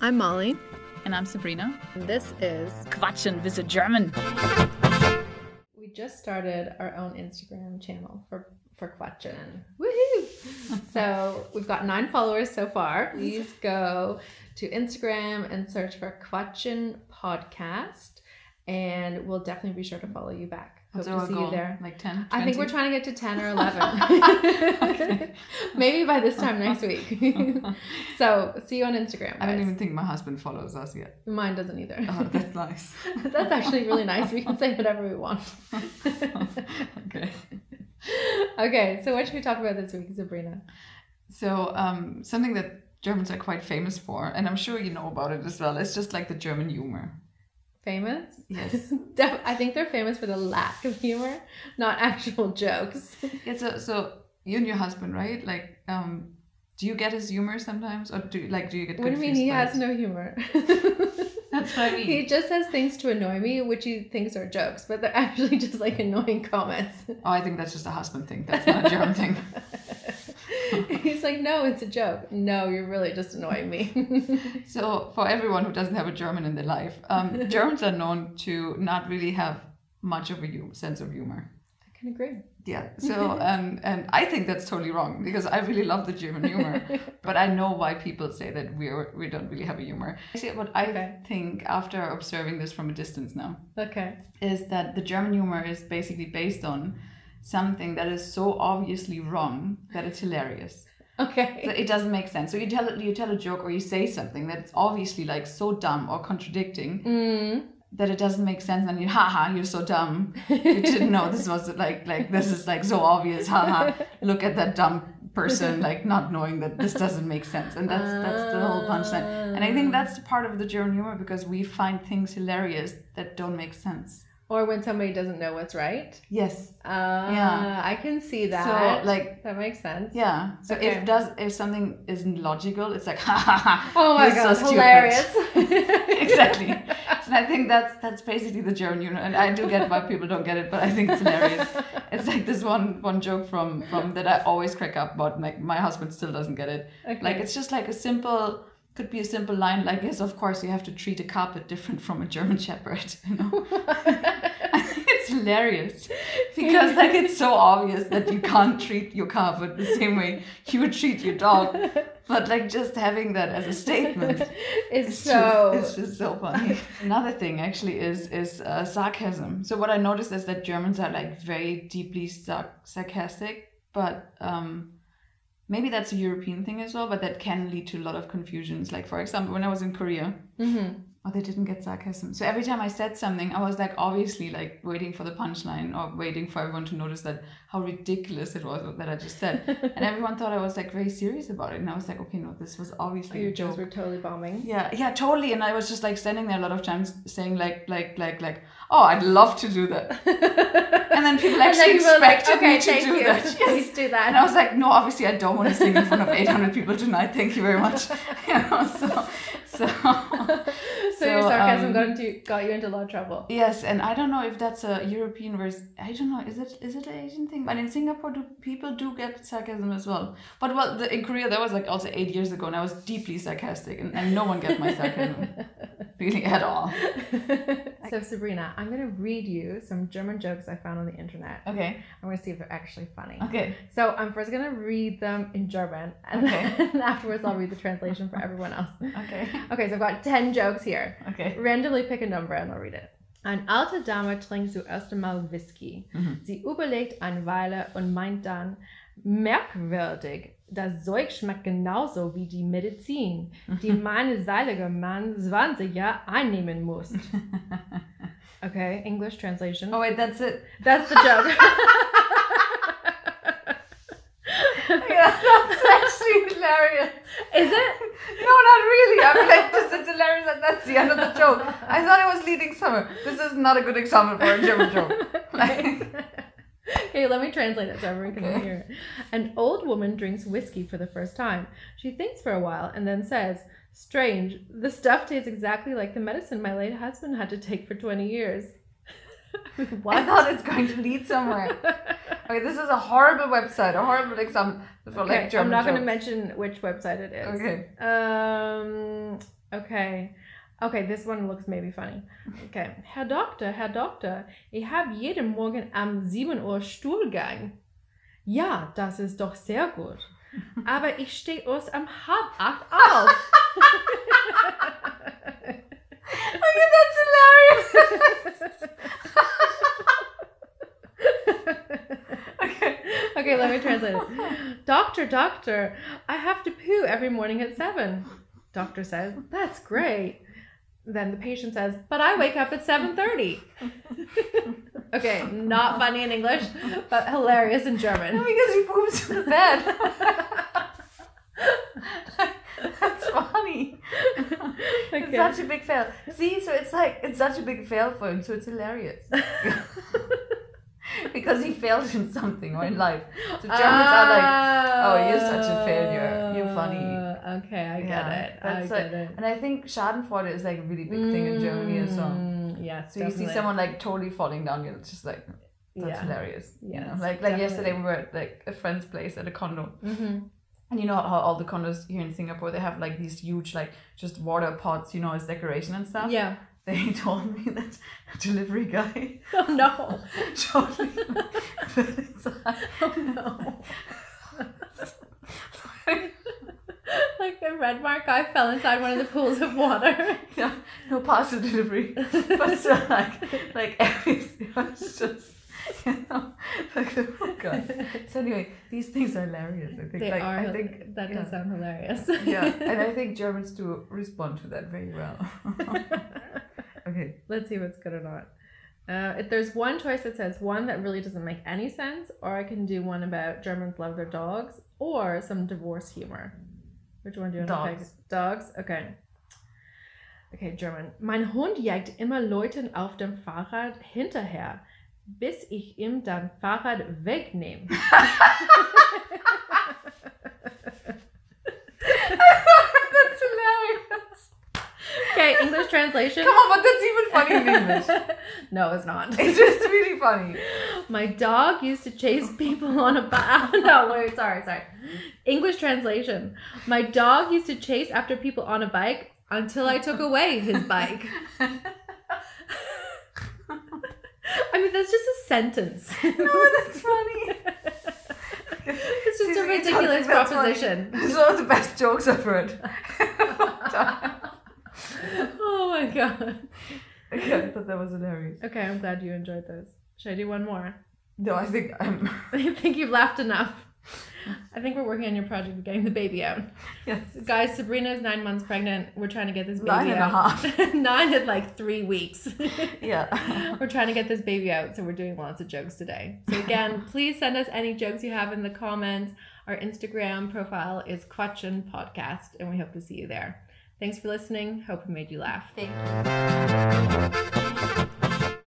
I'm Molly. And I'm Sabrina. And this is Quatschen, visit German. We just started our own Instagram channel for for Quatschen. Woohoo! so we've got nine followers so far. Please go to Instagram and search for Quatschen Podcast, and we'll definitely be sure to follow you back. Hope What's to our see goal? you there. Like 10? I think we're 20? trying to get to 10 or 11. Okay. Maybe by this time next week. so, see you on Instagram. I don't guys. even think my husband follows us yet. Mine doesn't either. Oh, that's nice. That's actually really nice. We can say whatever we want. okay. okay, so what should we talk about this week, Sabrina? So, um, something that Germans are quite famous for, and I'm sure you know about it as well, it's just like the German humor. Famous? Yes. Def- I think they're famous for the lack of humor, not actual jokes. yeah, so, so you and your husband, right? Like, um, do you get his humor sometimes, or do you, like do you get? What do you mean confused he by has it? no humor? Hmm. That's what I mean. He just says things to annoy me, which he thinks are jokes, but they're actually just like annoying comments. Oh, I think that's just a husband thing. That's not a German thing. He's like, no, it's a joke. No, you're really just annoying me. So, for everyone who doesn't have a German in their life, um, Germans are known to not really have much of a hum- sense of humor. I can agree. Yeah. So, um, and I think that's totally wrong because I really love the German humor, but I know why people say that we are we don't really have a humor. Actually, what I Okay. think after observing this from a distance now Okay. is that the German humor is basically based on something that is so obviously wrong that it's hilarious. So Okay. it doesn't make sense. So you tell you tell a joke or you say something that's obviously like so dumb or contradicting Mm. that it doesn't make sense, and you haha, you're so dumb. You didn't know this was like like this is like so obvious. Haha, look at that dumb person like not knowing that this doesn't make sense, and that's that's the whole punchline. And Um, I think that's part of the German humor because we find things hilarious that don't make sense. Or when somebody doesn't know what's right. Yes. Uh, yeah. I can see that. So like that makes sense. yeah. So Okay. if does if something isn't logical, it's like ha ha ha. Oh my you're so god, stupid." hilarious. exactly. And I think that's that's basically the German humor, and I do get why people don't get it, but I think it's hilarious. It's like this one one joke from from that I always crack up about. Like my husband still doesn't get it. Okay. Like it's just like a simple could be a simple line like yes of course you have to treat a carpet different from a German Shepherd. You know, I think it's hilarious because like it's so obvious that you can't treat your carpet the same way you would treat your dog, but like just having that as a statement just- it's so it's just so funny. Another thing actually is is uh, sarcasm. So what I noticed is that Germans are like very deeply sar- sarcastic, but um, maybe that's a European thing as well. But that can lead to a lot of confusions. Like for example, when I was in Korea, Mhm. oh, they didn't get sarcasm. So every time I said something, I was like obviously like waiting for the punchline or waiting for everyone to notice that how ridiculous it was that I just said, and everyone thought I was like very serious about it. And I was like, okay, no, this was obviously your a joke. jokes were totally bombing. Yeah, yeah, totally. And I was just like standing there a lot of times saying like, like, like, like, oh, I'd love to do that. And then people And then actually people were like, expected okay, me to thank do you. that. Yes. Please do And I that. was like, no, obviously I don't want to sing in front of 800 people tonight. Thank you very much. You know, so, so, So, your So, sarcasm um, got into got you into a lot of trouble. yes. And I don't know if that's a European versus, I don't know, is it, is it an Asian thing? But in Singapore, do people do get sarcasm as well? But well, the, in Korea, that was like also eight years ago and I was deeply sarcastic and, and no one got my sarcasm really at all. so Sabrina, I'm gonna read you some German jokes I found on the internet. Okay. I'm gonna see if they're actually funny. Okay. So I'm first gonna read them in German, and Okay. then afterwards I'll read the translation for everyone else. Okay. Okay, so I've got ten jokes here. Okay. Randomly pick a number and I'll read it. Eine alte Dame trinkt zuerst einmal Whisky. Mhm. Sie überlegt eine Weile und meint dann, merkwürdig, das Zeug schmeckt genauso wie die Medizin, die meine seilige Mann 20 Jahre einnehmen muss. Okay, English translation. Oh wait, that's it. That's the joke. Yeah, that's actually hilarious. Is it? No, not really. I mean, like, just it's hilarious that that's the end of the joke. I thought it was leading somewhere. This is not a good example for a German joke. Like, Okay, let me translate it so everyone can Okay. hear it. An old woman drinks whiskey for the first time. She thinks for a while and then says, Strange, the stuff tastes exactly like the medicine my late husband had to take for 20 years. I thought it's going to lead somewhere. Okay, this is a horrible website, a horrible example for Okay, like German I'm not going to jokes. mention which website it is. Okay. Um, Okay. Okay, this one looks maybe funny. Okay. Herr Doktor, Herr Doktor, ich habe jeden Morgen um 7 Uhr Stuhlgang. Ja, das ist doch sehr gut. Aber ich stehe erst am halb acht auf. Oh Okay, that's hilarious. okay. Okay, let me translate it. Doctor, doctor, I have to poo every morning at seven. Doctor says, That's great. Then the patient says, But I wake up at seven thirty. okay, not funny in English, but hilarious in German. because he poops in the bed. That's funny. It's Okay. such a big fail. See, so it's like it's such a big fail for him, so it's hilarious. because he failed in something or in life. So Germans are like Ah. "Oh, you're such a failure. You're funny." Oh, Okay, I get Yeah, it. I that's get it. and I think Schadenfreude is like a really big thing in Germany as well. Mm, Yes. So you see definitely. someone like totally falling down, you're just like that's yeah. hilarious. you know? Yes, Like like definitely. yesterday we were at like a friend's place at a condo. hmm And you know how all the condos here in Singapore they have like these huge like just water pots, you know, as decoration and stuff. Yeah. They told me that a delivery guy Oh no. showed me that inside. Oh no. like the red mark guy fell inside one of the pools of water. No, no parcel delivery. But so, like like everything was just you know like the oh god. So anyway, these things are hilarious. I think they like are. I think that yeah. does sound hilarious. yeah, and I think Germans do respond to that very well. okay. Let's see what's good or not. Uh, if there's one choice that says one that really doesn't make any sense, or I can do one about Germans love their dogs, or some divorce humor. Which one do you want to Dogs. pick? Dogs. Okay. Okay, German. Mein Hund jagt immer Leuten auf dem Fahrrad hinterher, bis ich ihm dann Fahrrad wegnehme. That's hilarious. Okay, English translation. Come on, but that's even funny in English. no, it's not. It's just really funny. My dog used to chase people on a bike. Oh, no, wait, sorry, sorry. English translation. My dog used to chase after people on a bike until I took away his bike. I mean, that's just a sentence. No, that's funny. It's just Seriously, I a don't ridiculous think that's proposition. These are the best jokes I've heard. Oh my god. okay, I thought that was hilarious. Okay, I'm glad you enjoyed those. Should I do one more? No, I think I'm. I think you've laughed enough. I think we're working on your project of getting the baby out. Yes. Guys, Sabrina is nine months pregnant. We're trying to get this baby Nine and a out. half. nine at like three weeks. Yeah. we're trying to get this baby out, so we're doing lots of jokes today. So again, please send us any jokes you have in the comments. Our Instagram profile is Quatchin Podcast, and we hope to see you there. Thanks for listening. Hope we made you laugh. Thank